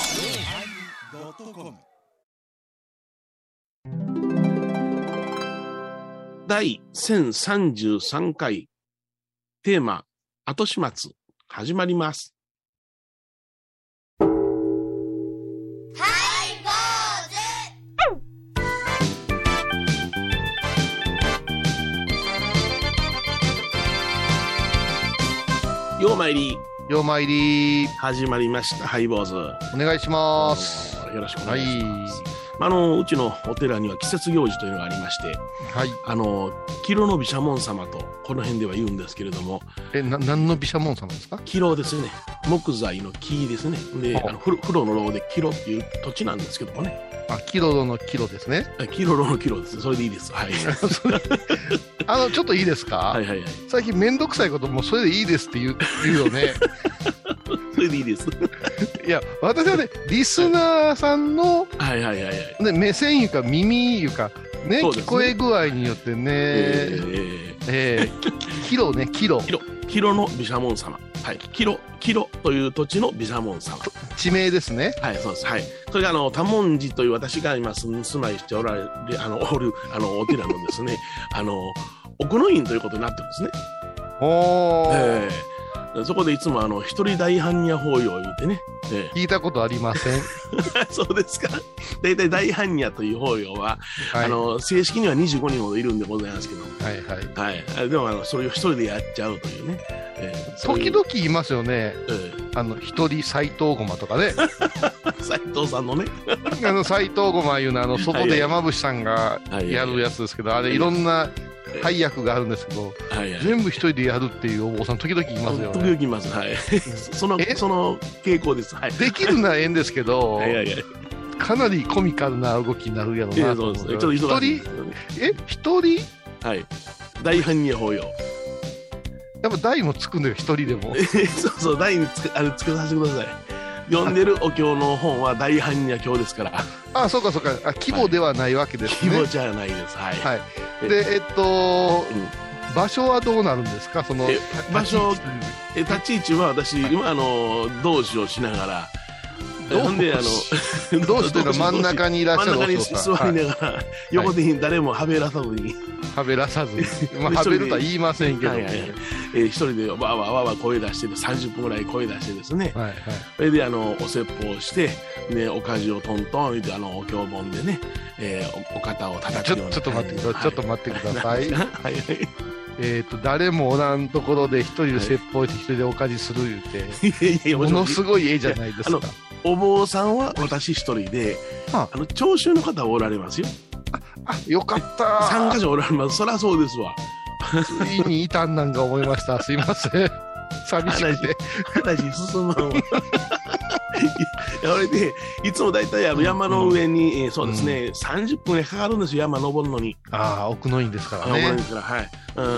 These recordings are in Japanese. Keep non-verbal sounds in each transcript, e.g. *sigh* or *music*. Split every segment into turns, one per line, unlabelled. yosmir
第1033回テーマ後始末始まります。ようまいり
ようまいり
始まりました。ハイボーズ。
お願いします。
よろしくお願いします。あのうちのお寺には季節行事というのがありまして、
はい。
あのキロの毘沙門様とこの辺では言うんですけれども、
え、な、何の毘沙門様ですか
キロですね。木材の木ですね。で、
ほう
あの風呂風呂の牢でキロっていう土地なんですけどもね。
あ、キロのキロですね。
あキロ牢のキロです。それでいいです。はい。
あの、ちょっといいですか、
はいはいはい。
最近めんどくさいこともうそれでいいですって言う言うよね。
それでいいです。
いや、私はね、リスナーさんの、
はいはいはいはい。
ね、目線いうか耳いうか、ね、
そうですね
聞こえ具合によってね、
え
え
ー
ーきキロね、キロ。
キロ、キロの毘沙門様。はい。キロ、キロという土地の毘沙門様。
地名ですね。
はい、そうです。はい。それが、あの、多文字という私が今住住まいしておられ、あの、おる、あの、お寺の *laughs* ですね、あの、奥の院ということになってるんですね。
おー、
ええそこでいつもあの一人大般若法要を言うてね、 *laughs* え
聞いたことありません。
えそうですか大体大般若という法要は、
はい。
あの正式には25人ほどいるんでございますけど、
はいはい。
はい、あでもあのそれを一人でやっちゃうというね、ええそうい
時
う
々言いますよね。
*laughs* え
あの、一人斎藤駒と
*laughs*
かね。
え斉藤さんのね
あの斎藤駒いうのはあのそこで山伏さんが
はいはい
やるやつですけどあれ
い
いろんな
ええ
配役があるんですけど
はいはい
全部一人でやるっていうお坊さん時々いますよ
時
ね
々いますはいその
え
その傾向ですはい
できるならええんですけど
はいはいはい
かなりコミカルな動きになるやろう
ええ
なと
そう
思
です
う
ね
ん
ちょっ
で
と忙
一
しいで
人
すよね
え一人
はい大般若法要
やっぱ台もつくんだよ一人でも
*laughs* そうそう大につけあれつけさせてください読んでるお経の本は大般若経ですから
あそうかそうかあ規模ではないわけです
気
ね
持ちはないです。はい。
はいでえっと
うん
場所はどうなるんですかその
え場所
立ち
え立ち位置は私、今あの同志をしながら、え
同志
ほんであ
*laughs*
の
どうしての真ん中にいらっしゃる
真ん中に
お
座
嬢さん
りながら、横で誰もはべらさずに、
はべら
*laughs*
さず、まあ、
で
はべるとは言いませんけど
はい
ね
はいはいえー一人でわーわーわーわー声出して30分ぐらい声出してですね
はいはい
それであのお説法をして、ね、おかじをトントン言ってあのお経本でね、えーおお肩を叩く
ちょ
ような
ちょっと待ってく
は
ださい、
い
ちょっと待ってください。
はいはい
えっ、と、誰もおらんところで一人で説法して一人でおかじする言うて、
いやいや
ものすごい絵じゃないです
いや。
か
お坊さんは私一人で、
は
あの聴衆の方はおられますよ。
あ、よかった。
参加者おられます。そりゃそうですわ。
ついにいたんなんか思いました。すいません。
*laughs*
寂しくて。
話進まん *laughs* わ。いや俺でいつも大体あの山の上に、えーそうですね、30分かかるんですよ山登るのに、
ああ、奥の院ですから
山登
ね
る。からはい、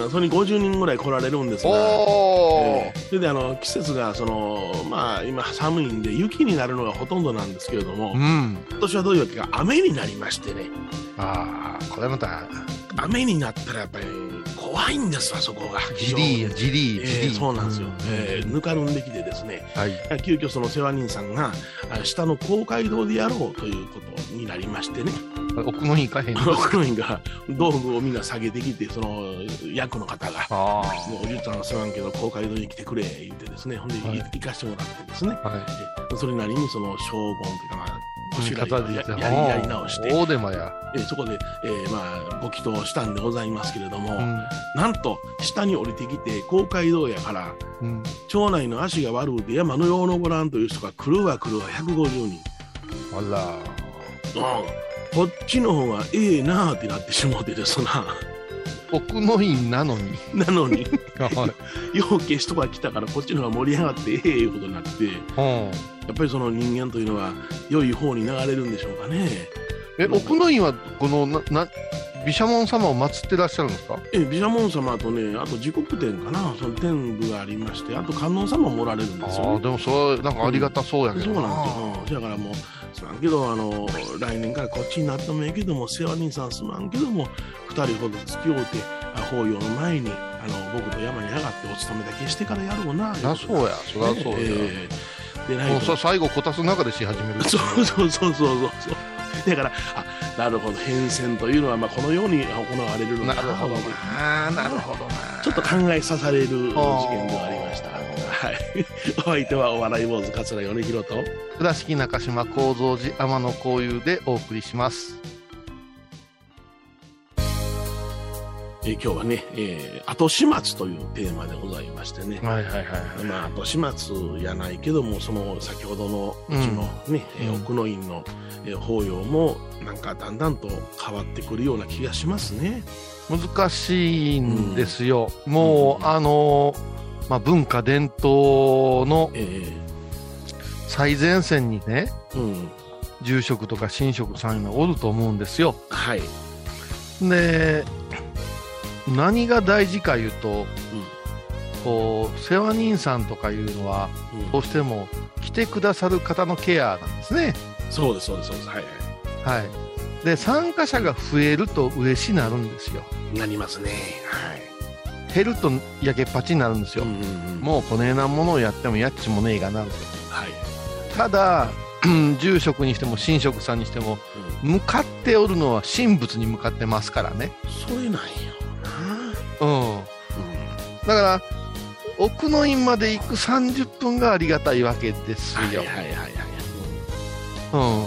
うん、それに50人ぐらい来られるんです
お
が、
お
えーそれであの季節がそのまあ今寒いんで雪になるのがほとんどなんですけれども、
うん。
今年はどういうわけか雨になりましてね
ああ、これまた、
雨になったらやっぱり怖いんですわそこが
ジリーや、ジリー、ジ
え
リ
ー
ー。
そうなんですよ、えーぬかるんできてですね
はい。
急遽その世話人さんがあ下の公会堂でやろうということになりましてね
奥の院行かへんの。
クロインが道具をみんな下げてきてその役の方が。
あ
おじいちゃんは世話んけど公会堂に来てくれ言ってですねほんで、
はい
い行かしてもらってですね
あ。はい。
でそれなりにその荘厳というかまあ腰ら
方
い
で
や
言って
やりやり直して、
大手間や。
えーそこで、えーまあご祈祷したんでございますけれども、
うん
なんと下に降りてきて公会堂やから
うん。
町内の足が悪うて山のよう登らんという人が来るわ来るわ150人
あら。
うんこっちの方がええなあってなってしもうてですな *laughs*
奥の院なのに。
なの
*laughs*
に
はい。
よう消しとか来たからこっちの方が盛り上がってええいうことになってや
うん
っぱりその人間というのは良い方に流れるんでしょうかね
え、奥の院は、この、な、な、毘沙門様を祀ってらっしゃるんですか
え毘沙門様とねあと時刻天かなその天部がありましてあと観音様もおられるんですよ、
ああ、
ね、
でもそれ、なんかありがたそうやけ
そ
ど
うなんですよ。だからもう、すまんけど、あの、来年からこっちになってもええけども、世話人さんすまんけども、二人ほど付き合うて、あ法要の前に、ああの僕と山に上がってお勤めだけしてからやろうな
なそう
や
や、そりゃそうや。
ええでない
も
と
うさ最後、こたつの中でし始める。
そうそうそうそうそうそうだからあなるほど変遷というのはまあこのように行われるの
な
か
るほど
まあ
な。なるほどな。
ちょっと考えさされる事件ではありました。はい、 *laughs* お相手はお笑い坊主桂米広と
倉敷中島幸三寺天野幸雄でお送りします。
えー今日はね、えー後始末というテーマでございましてね、
はいはいはい。
まあ、後始末やないけどもその先ほどのうちの、ねえー
うん
奥の院の、えー法要もなんかだんだんと変わってくるような気がしますね。
難しいんですよ。もう、
うん
あのーまあ、文化伝統の
え
最前線にね、
ーうん、
住職とか神職さんがおると思うんですよ。
はい、うん
で、何が大事かいうと、こう、世話人さんとかいうのは、どうしても来てくださる方のケアなんですね。
そうですそうですそうですはいは
はい。で、参加者が増えると嬉しいなるんですよ。
いなりますね。はい
減るとやけっぱちになるんですよ。
んんん
もうこねえなものをやってもやっちもねえがなると。
はい
ただ、住職にしても神職さんにしても、
うん
向かっておるのは神仏に向かってますからね。
それなんやな。
うん。だから、奥の院まで行く30分がありがたいわけです
はい
よ
はい。はいは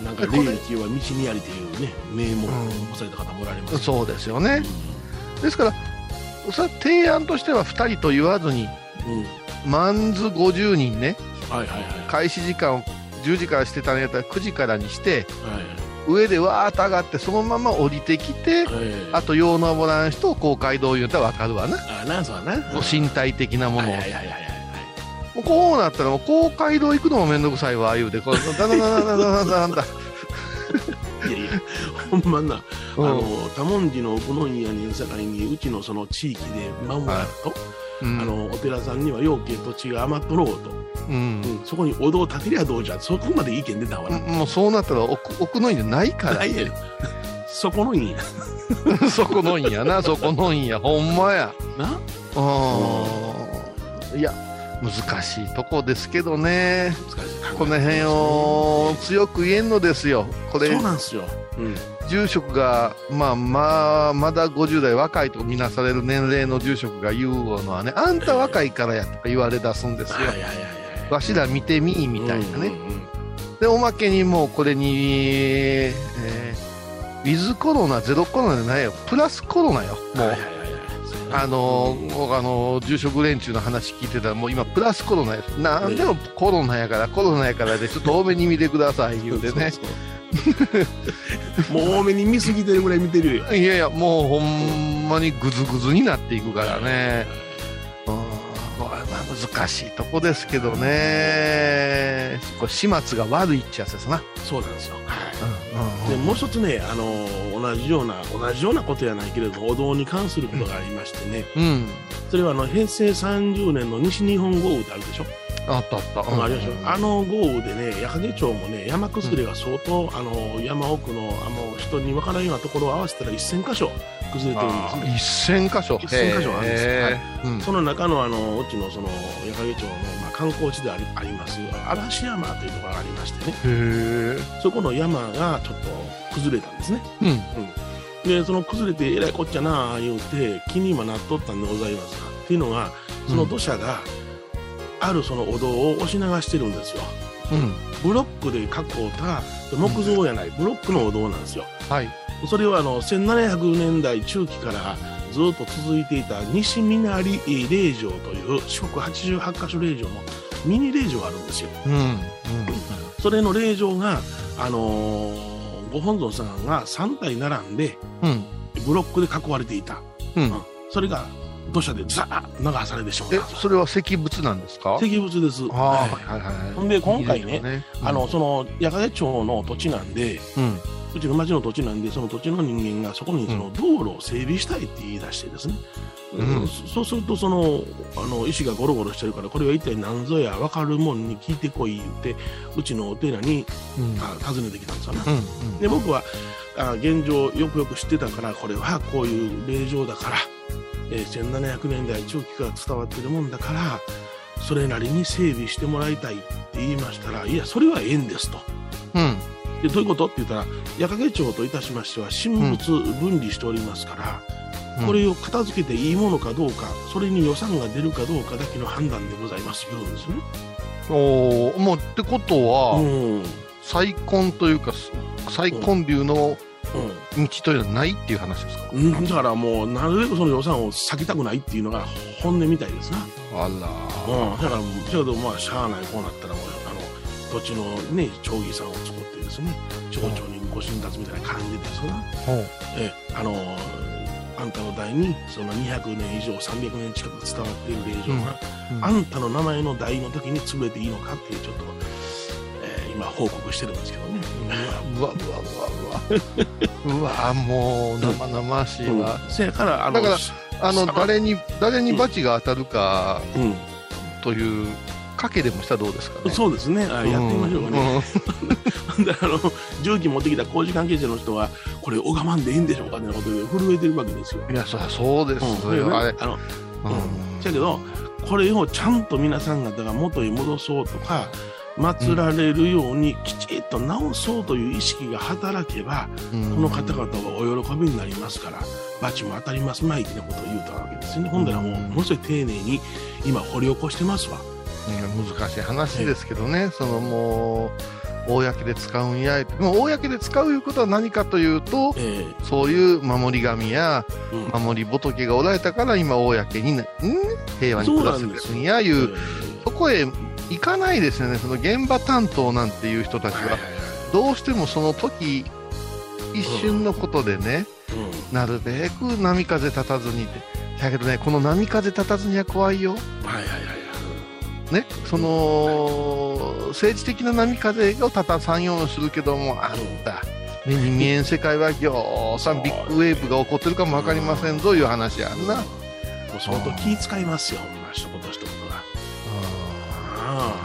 い。なんか
でこれ
霊気は道にありというね名門を残された方もおられます
うん。
う
そうですよね。ですから、それは提案としては2人と言わずに、
ん、うん、
マンズ50人ね、
はいはいは
開始時間を10時からしてたのやったら9時からにして、
い
上でわーっと上がって、そのまま降りてきて、
はいはい
あと、用のおらん人を公会堂言うたらわかるわな。
あなんそうやな
こう身体的なも
はい
のを。
はいはいはいはい
もうこうなったら、もう公会堂行くのもめんどくさいわ、言うて、こう、だだだだだだだだだ。
いやいやほんまな、
うん
あの多文字の奥の院やねんさかいにうちのその地域で守ると、
うん
あのお寺さんには養鶏土地が余っとろうと、
うん
うん、そこにお堂を建てりゃどうじゃそこまで意見出たわな、
もうそうなったら奥奥の院じゃないか
ないやろそこの院や
ら *laughs* そこの院やなそこの院やほんまや
な
うんいや難しいとこですけどね
難しい
この辺を強く言えんのですよこれ
そうなんですよ、うん、
住職がまあまあまだ50代若いとみなされる年齢の住職が言うのはねあんた若いからやとか言われ出すんですよ
はいはいはいはい
わしら見てみいみたいなね、
うんうんうん
でおまけにもうこれに、えーウィズコロナゼロコロナじゃないよプラスコロナよも
はい
う、
はいはいはいそうね
あのーもうあのー住職連中の話聞いてたらもう今プラスコロナやなんでもコロナやからコロナやからでちょっと多めに見てください言うてね
そうそうもう多めに見すぎてるぐらい見てるよ
いやいやもうほんまにグズグズになっていくからねうんこれまあ難しいとこですけどねこれ始末が悪いっちゃうやつですな、
そうなんですよ、は
うん
い、で
うん
もう一つね、あのー同じような同じようなことやないけれどもお堂に関することがありましてね、
うん、うん
それはあの平成30年の西日本豪雨ってあるでしょ、
あったあった、うん
ありましょあの豪雨でね八景町もね山崩れが相当、あの山奥のあの人に分からんようなところを合わせたら1000箇所崩れてるんですね
1000箇所
1000箇所あるんですよ
へー
はい
うん
その中のあのうちのその矢掛町の、まあ、観光地でありあります嵐山というところがありましてね
へー
そこの山がちょっと崩れたんですね
うん
でその崩れてえらいこっちゃなあ言うて気に今なっとったんでございますがっていうのがその土砂があるそのお堂を押し流してるんですよ
うん
ブロックで囲った木造やないブロックのお堂なんですよ
はい
それはあの1700年代中期からずっと続いていた西みなり霊場という四国88箇所霊場のミニ霊場があるんですよ。
うんうん
それの霊場が、あのーご本尊さんが3体並んで
うん
ブロックで囲われていた。
うん
うんそれが土砂でザーッと流されてしまっ
え
た。
それは石仏なんですか
石仏です。
あー
は
はいはいはい
ほんで今回ね
いいでしょう
あの、その、八ヶ町の土地なんで、
うん
うちの町の土地なんで、その土地の人間がそこにその道路を整備したいって言い出してですね、
うん
そそうするとそのあの石がゴロゴロしてるからこれは一体何ぞや分かるもんに聞いてこい言ってうちのお寺に
うん
あ訪ねてきたんですよね。
うん
で僕はあ現状よくよく知ってたからこれはこういう令状だからえー1700年代長期から伝わってるもんだからそれなりに整備してもらいたいって言いましたらいやそれはええんですと。
うん。
でどういうことって言ったら矢掛町といたしましては神物分離しておりますから、
うん
これを片付けていいものかどうかそれに予算が出るかどうかだけの判断でございます言うんですね。
おーもうってことは、
うん
再婚というかす再婚流の
うん
道というのはないっていう話ですか、
うんだからもうなるべくその予算を割きたくないっていうのが本音みたいですな、
あ
うん、だからもうけどまあしゃあないこうなったらもうあの土地のね町議さんを作ってですね町長にご神立みたいな感じでそな、
らほう
えあのあんたの代にその200年以上300年近く伝わっている令状が、
うん
あんたの名前の代の時に潰れていいのかっていうちょっと、えー今報告してるんですけどね、
うわうわうわうわうわもう生々しいわ、
せやからあの
だからあの
さ
誰に誰に罰が当たるか
うん
という賭けでもしたらどうですかね
そうですね、あやってみましょうかね、
ね、
*laughs* であの重機持ってきた工事関係者の人はこれお我慢でいいんでしょうかみたいなことで震えてるわけですよ。
うんいやそりゃそうですよ、
うん
あれ、
あの
うん
だけどこれをちゃんと皆さん方が元に戻そうとか祀られるようにきちっと直そうという意識が働けば、
うん
この方々がお喜びになりますから罰も当たりますまいってなことを言うたわけですよね。ほんだらもう
うん
ものすごい丁寧に今掘り起こしてますわ。
いや難しい話ですけどね、そのもう公で使うんやもう公で使ういうことは何かというと
ええ
そういう守り神や
うん
守り仏がおられたから今公にな、ん、平和に暮らせてるんやい
え
う
え
そこへ行かないですよねその現場担当なんていう人たち
はい
は
はいはい
どうしてもその時一瞬のことでね、
うん
なるべく波風立たずにってだけどねこの波風立たずには怖いよ
はいはいはいはい
ね、その、政治的な波風をたたさんようにするけども、あんた、目に見えん世界はぎょうさ
*laughs*
んビッグウェーブが起こってるかもわかりませんぞいう話やんな。
もう相当気遣いますよ、ほんま一言一言が。あ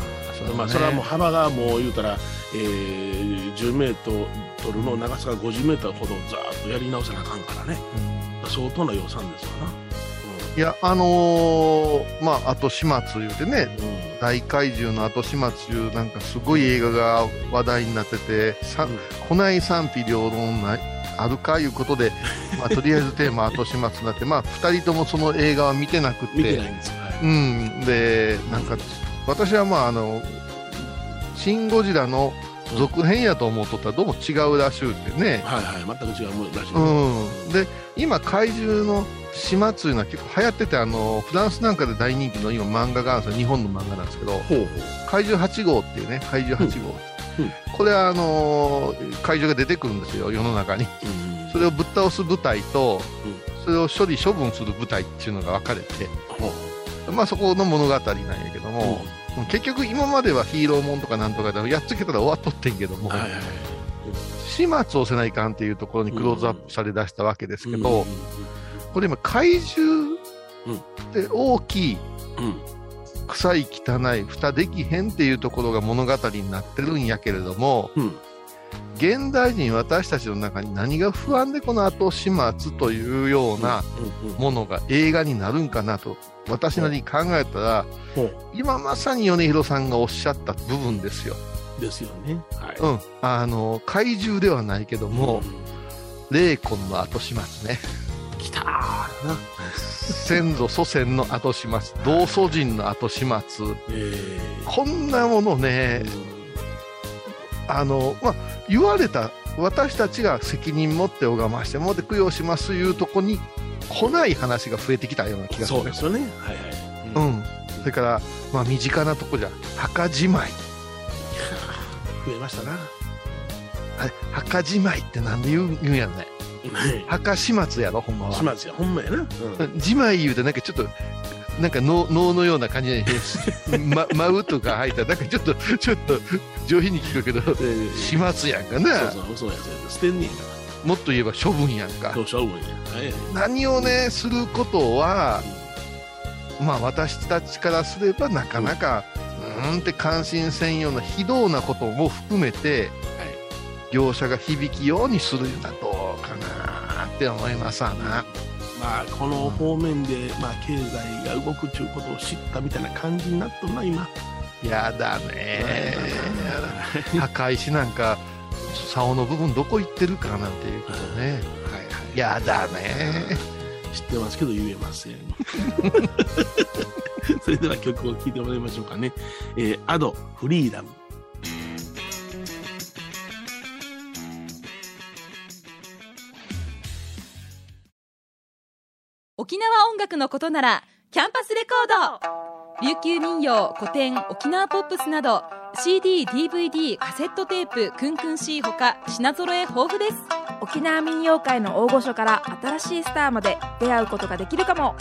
あまあ、それはもう幅がもう言うたら、えー、10メートルの長さが50メートルほどざーっとやり直さなあかんからね。
うん
相当な予算ですわ
いや、あのーまあ、後始末言うてね、
な。うん。うん
大怪獣の後始末中なんかすごい映画が話題になってて、さこない賛否両論ないあるかいうことで、まあ、とりあえずテーマ後始末になって、まあ、2人ともその映画は見てなくて。
見てないんですよ。はい
うん、でなんか私はまああの「シン・ゴジラ」の続編やと思うとったらどうも違うらしゅうってね、
はいはい、全く違うもんらしい。
うん、で今怪獣の島っていうのは結構流行っててあのフランスなんかで大人気の今漫画があるんですよ日本の漫画なんですけど
ほうほう。
怪獣8号っていうね怪獣8号、
うんうん
これはあの怪獣が出てくるんですよ世の中に
うん
それをぶっ倒す部隊と、
う
それを処理処分する部隊っていうのが分かれて、
ほう。
まあ、そこの物語なんやけども、結局今まではヒーローもんとかなんとかでやっつけたら終わっとってんけども、
はいはいはい。
始末をせないかんっていうところにクローズアップされだしたわけですけど、
うん
これ今怪獣って大きい
うんうん。
臭い汚い蓋できへんっていうところが物語になってるんやけれども
うん。うん
現代人私たちの中に何が不安でこの後始末というような
うんうん
ものが映画になるんかなと私なりに考えたら、
ほう
今まさに米広さんがおっしゃった部分ですよ。
ですよね。はい。
うん、あの怪獣ではないけども、霊魂の後始
*laughs*
末ね
うん、来たーな。
先祖祖先の後始末同祖人の後始末
えー
こんなものねあの、まあ、言われた私たちが責任持って拝ましてもって供養しますいうとこに来ない話が増えてきたような気がす
そ
る
うですよね。はいはい。う
う
ん
ん、それから、まあ、身近なとこじゃ墓じまい
増えましたな。
あれ墓じまいってなんで言うん言うんやろね墓始末やろほんまは
しますよ、ほんまやな。うん
自前言うてなんかちょっとなんか能能のような感じで *laughs* ま舞うとか入ったらなんかちょっとちょっと上品に聞くけど始末やんかな
そうそう、そうや、そうや、捨てんねんか
もっと言えば処分やん
ら。
か
どうしようもんや。はい。
何をねすることはまあ私たちからすればなかなかうーんって関心せんような非道なことも含めて業者が響きようにするんだとかなって思いますわな。
まあこの方面で、まあ、経済が動くということを知ったみたいな感じになっとんな今
やだね高石なんか竿の部分どこ行ってるかなんていうことね、はいはい、やだね
知ってますけど言えま
*laughs*
せんそれでは曲を聴いてもらいましょうかね「えー、アドフリーダム」
沖縄音楽のことならキャンパスレコード琉球民謡古典沖縄ポップスなど CDDVD カセットテープクンクン C ほか品揃え豊富です
沖縄民謡界の大御所から新しいスターまで出会うことができるかも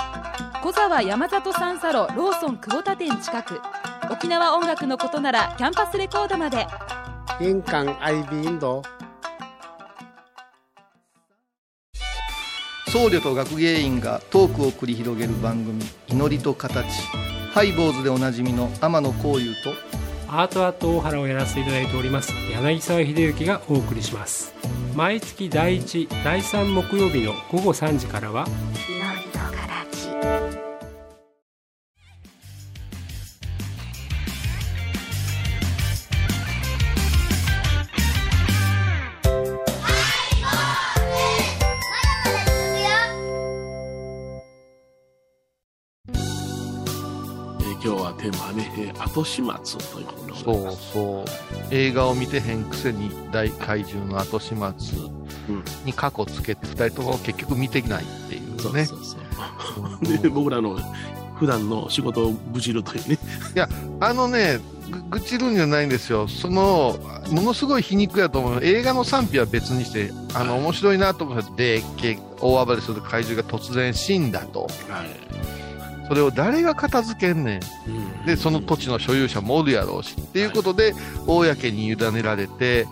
小沢山里三佐路ローソン久保田店近く沖縄音楽のことならキャンパスレコードまで
玄関アイビーンド
僧侶と学芸員がトークを繰り広げる番組「祈りと形」ハイボーズでおなじみの天野幸雄と
アートアート大原をやらせていただいております柳沢秀幸がお送りします毎月第1第3木曜日の午後3時からは
祈りと形
今日はテーマはね、えー、後始末ということで
そうそう映画を見てへんくせに大怪獣の後始末に過去つけて2人とも結局見てないっていうね、そうそう
そうで僕らの普段の仕事を愚痴るというね
いやあのね愚痴るんじゃないんですよそのものすごい皮肉やと思う映画の賛否は別にしてあの面白いなと思ってでけ大暴れする怪獣が突然死んだと。はいそれを誰が片付けんねん、うん、でその土地の所有者もおるやろうし、うん、っていうことで、はい、公に委ねられて、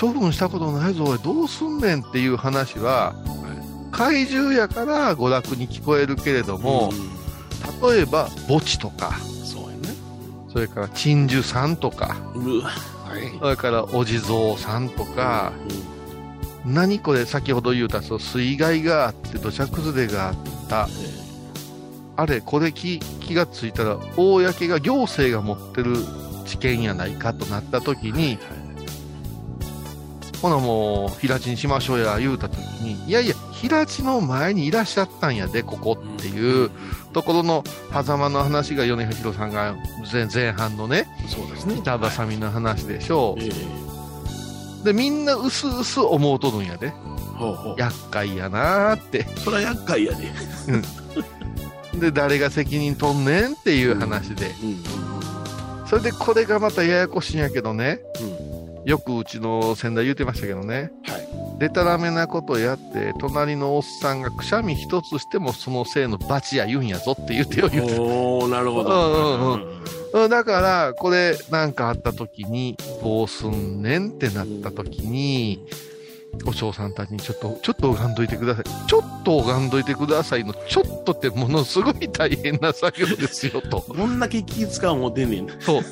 処分したことないぞおいどうすんねんっていう話は、はい、怪獣やから娯楽に聞こえるけれども、うん、例えば墓地とか
そうや、ね、
それから鎮守さんとか、
はい、
それからお地蔵さんとか。何これ先ほど言うたその水害があって土砂崩れがあった、あれ、これ気気がついたら、公が行政が持ってる知見やないかとなったときに、ほなもう、平地にしましょうや、言うたときに、いやいや、平地の前にいらっしゃったんやで、ここっていうところの、狭間の話が米宏さんが前前半のね、
そうですね。
板挟みの話でしょう。はいえー、で、みんなうすうす思うとるんやで。
ほうほう
厄介やなーって。
そりゃ厄介やで。うん
で誰が責任とんねんっていう話で、それでこれがまたややこしいんやけどね、うん、よくうちの先代言うてましたけどね、はい、でたらめなことやって隣のおっさんがくしゃみ一つしてもそのせいの罰や言うんやぞって言うてよ言うて
おなるほど、
うんうんうん、だからこれ何かあった時にどうすんねんってなった時に、お嬢さんたちにちょっと、ちょっと拝んどいてください。ちょっと拝んどいてくださいの、ちょっとってものすごい大変な作業ですよと。
どんだけ気使うも出ねえん
そう。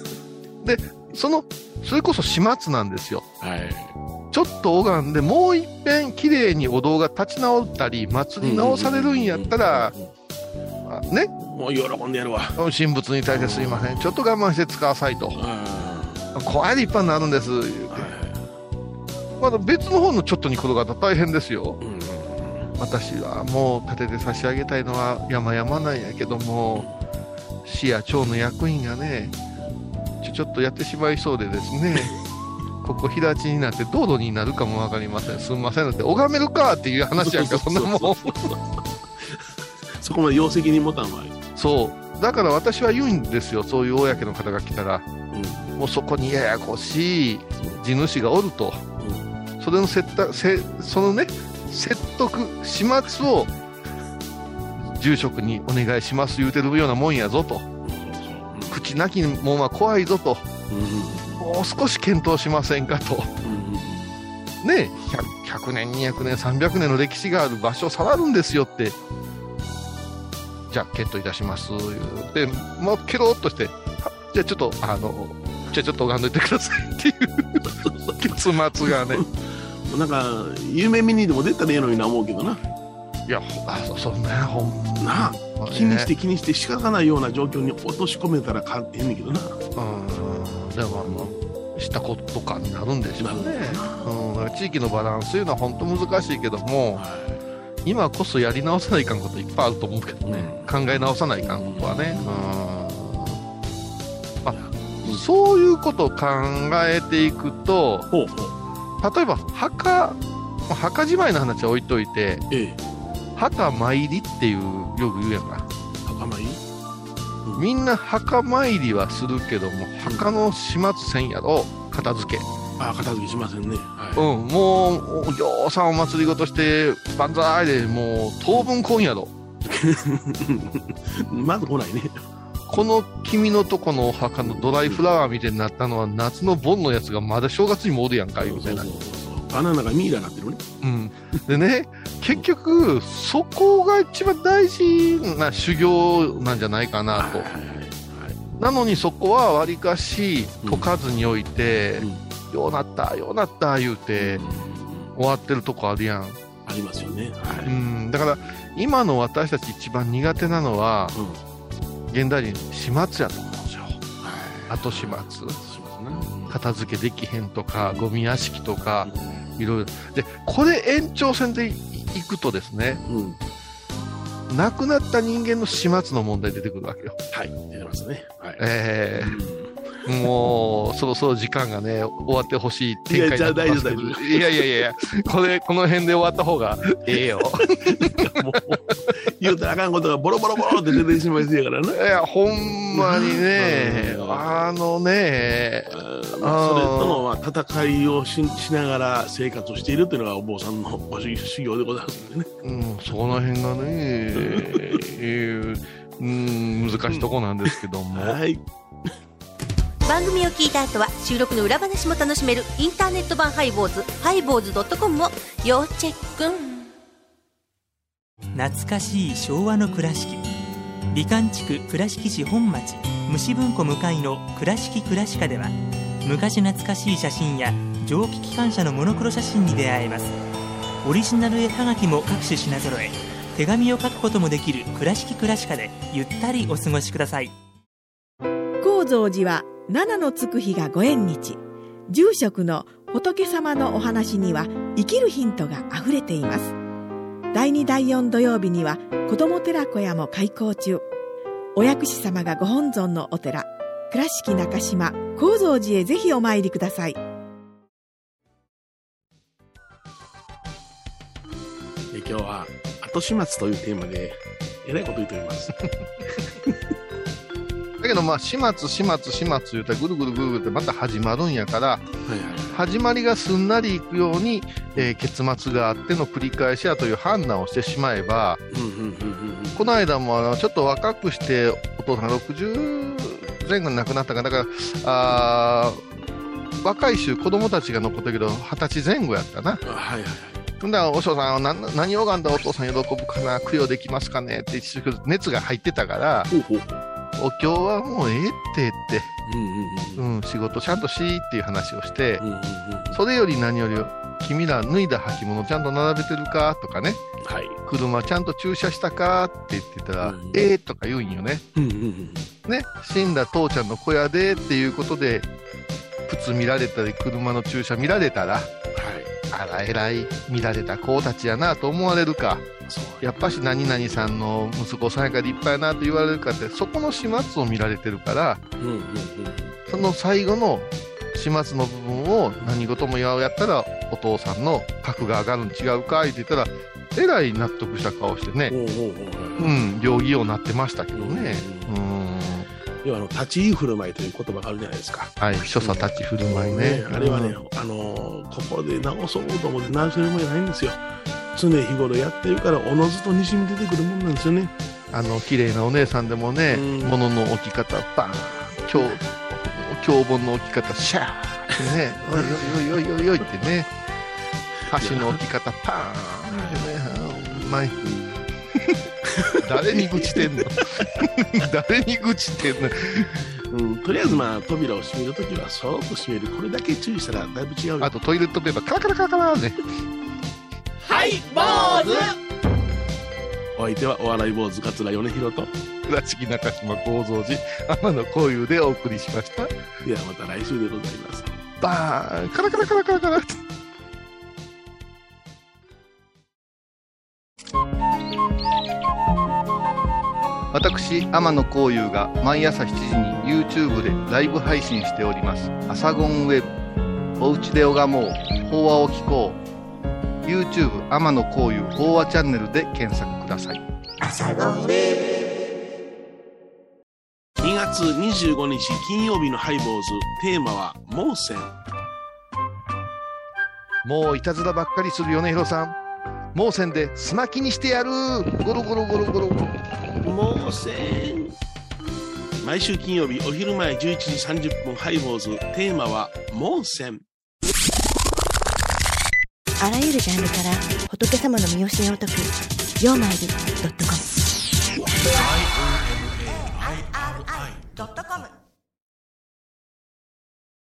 で、その、それこそ始末なんですよ。
はい。
ちょっと拝んで、もういっぺん綺麗にお堂が立ち直ったり、祭り直されるんやったら、ね。
もう喜んでやるわ。
神仏に対してすいません。ちょっと我慢して使わさいと。怖い立派になるんです。まだ別の方のちょっとに転がったら大変ですよ、うん、私はもう立てて差し上げたいのは山々なんやけども市や町の役員がねちょちょっとやってしまいそうでです *laughs* ねここ平地になって道路になるかも分かりませんすんませんだって拝めるかっていう話やんかそんなもん
そこまで容積に持たんわ
そうだから私は言うんですよそういう公の方が来たら、うん、もうそこにややこしい地主がおると。それの説得せそのね説得始末を住職にお願いします言うてるようなもんやぞと、口なきもんは怖いぞと、うん、もう少し検討しませんかと、うん、ね 100, 100, 年200年300年の歴史がある場所を触るんですよってじゃあ検討いたします言うてもうケロっとしてじゃあちょっとあのじゃあちょっと拝んどいてくださいっていう *laughs* 結末がね
なんか夢見にでも出たらええのにな思うけどな
いやほあそそうねほん
なあ
ま
気にして気にして仕方がないような状況に落とし込めたらかええねんけどな
うんでもあのしたことかになるんでしょうね、うん、だから地域のバランスというのは本当難しいけども
は
今こそやり直さないかんこといっぱいあると思うけどね、考え直さないかんことはね、うんまあ、そういうことを考えていくと
いほうほう
例えば墓まあ墓じまいの話は置いといて
ええ
墓参りっていうよく言うやんか
墓参り
みんな墓参りはするけども墓の始末せんやろ片付け
ああ片付けしませんねはい
うんもうおぎょうさんお祭りごとして万歳でもう当分来んやろ
まず来ないね
この君のとこのお墓のドライフラワーみたいになったのは夏の盆のやつがまだ正月にもおるやんかいう
そ
て
うそうそうバナナがミイラになってるね
うん、でね結局そこが一番大事な修行なんじゃないかなと
はいはいはい
なのにそこはわりかし解かずにおいて、ようなったようなった言うて終わってるとこあるやん、
ありますよねは
う
い
ん、だから今の私たち一番苦手なのは
うん
現代人始末やと思うんですよ
は
後始末
いしますね
片付けできへんとかゴミ屋敷とかいろいろでこれ延長線でいくとですね
うん
亡くなった人間の始末の問題出てくるわけよ。
はい出てますねはい *laughs*
え
うん
えもう、そろそろ時間がね、終わってほしい展開になってますけど
いやじゃあ大丈夫大丈夫
いやいやいやいや、これ、この辺で終わった方がええよ。
もう言うたらあかんことがボロボロボロって出てしまいそうやからない
や、ほんまにね、
うん
あのね、
まあ、それとのまあ戦いをししながら生活をしているというのがお坊さんのご修修行でございますんでね。
うん、そこの辺がね、ええうん、難しいとこなんですけども。
はい、
番組を聞いた後は収録の裏話も楽しめるインターネット版ハイボーズハイボーズドットコムを要チェック
懐かしい昭和の倉敷美観地区倉敷市本町虫文庫向かいの「倉敷倉敷科」では昔懐かしい写真や蒸気機関車のモノクロ写真に出会えますオリジナル絵はがきも各種品揃え手紙を書くこともできる「倉敷倉敷科」でゆったりお過ごしください
高蔵寺は七のつく日がご縁日住職の仏様のお話には生きるヒントがあふれています第2第4土曜日には子ども寺小屋も開校中お薬師様がご本尊のお寺倉敷中島・高蔵寺へぜひお参りください
え今日は後始末というテーマでえらいこと言っております。
だけど、まあ、始末、始末、始末言うたら、ぐるぐるぐるぐるってまた始まるんやから、
はいはい
始まりがすんなりいくように、えー結末があっての繰り返しやという判断をしてしまえば
うんうんうんうんうん
この間もあのちょっと若くしてお父さんが60前後に亡くなったからだからあー若い衆子供たちが残ったけど二十歳前後やったな
あはいはいはい
ほんだらお師匠さんは何何を拝んだお父さん喜ぶかな供養できますかねって一生懸命熱が入ってたから
ほうほうほう
お経はもうええってって、
うんうんうん
うん、仕事ちゃんとしーっていう話をして
うんうんうん
それより何より君ら脱いだ履物ちゃんと並べてるかとかね
はい
車ちゃんと駐車したかって言ってたら、
うん
ええとか言うんよね
うんうんうん
ね死んだ父ちゃんの小屋でっていうことで靴見られたり車の駐車見られたら
は
あら偉い見られた子たちやなと思われるか
いそう
やっぱし何々さんの息子さんやから立派やなと言われるかってそこの始末を見られてるから
うんうんうん
その最後の始末の部分を何事もやったらお父さんの格が上がるん違うかいって言ったらえらい納得した顔してね、
ほうほうほう
う
はい
ん、行儀ようになってましたけどね、
う
うん、
要はあの立ち居振る舞いという言葉があるじゃないですか。
はい、所作立ち振る舞いね、
あれはね、あのーここで直そうと思って直してるもんじゃないんですよ常日頃やってるからおのずとにじみ出てくるもんなんですよね
あの綺麗なお姉さんでもね、
うん
物の置き方、バーン、教教本の置き方、シャーってね、おいおいおいおいおいおいってね、箸の置き方、パーンってね、あーうまい。 *laughs* 誰に愚痴てんの *laughs* 誰に愚痴てんの
うんとりあえずまあ扉を閉めるときはそーっと閉めるこれだけ注意したらだいぶ違うよ
あとトイレットペーパーカラカラカラカラね。
はい坊主お相手はお笑い坊主桂米広と
倉敷中島幸三寺天野幸雄でお送りしました
ではまた来週でございます
バーンカラカラカラカラカラ
私天野幸雄が毎朝7時に YouTube でライブ配信しております「アサゴンウェブ」「おうちで拝もう法話を聞こう」YouTube 天野幸雄法話チャンネルで検索ください
2月25日金曜日のハイボーズテーマは「盲線
もういたずらばっかりする米広さん盲線で砂木にしてやるゴロゴロゴロゴロゴロ」
盲線毎週金曜日お昼前11時30分ハイボーズテーマは「盲線
あらゆるジャンルから仏様の身教えを解く「曜マイルドットコム」
r i .com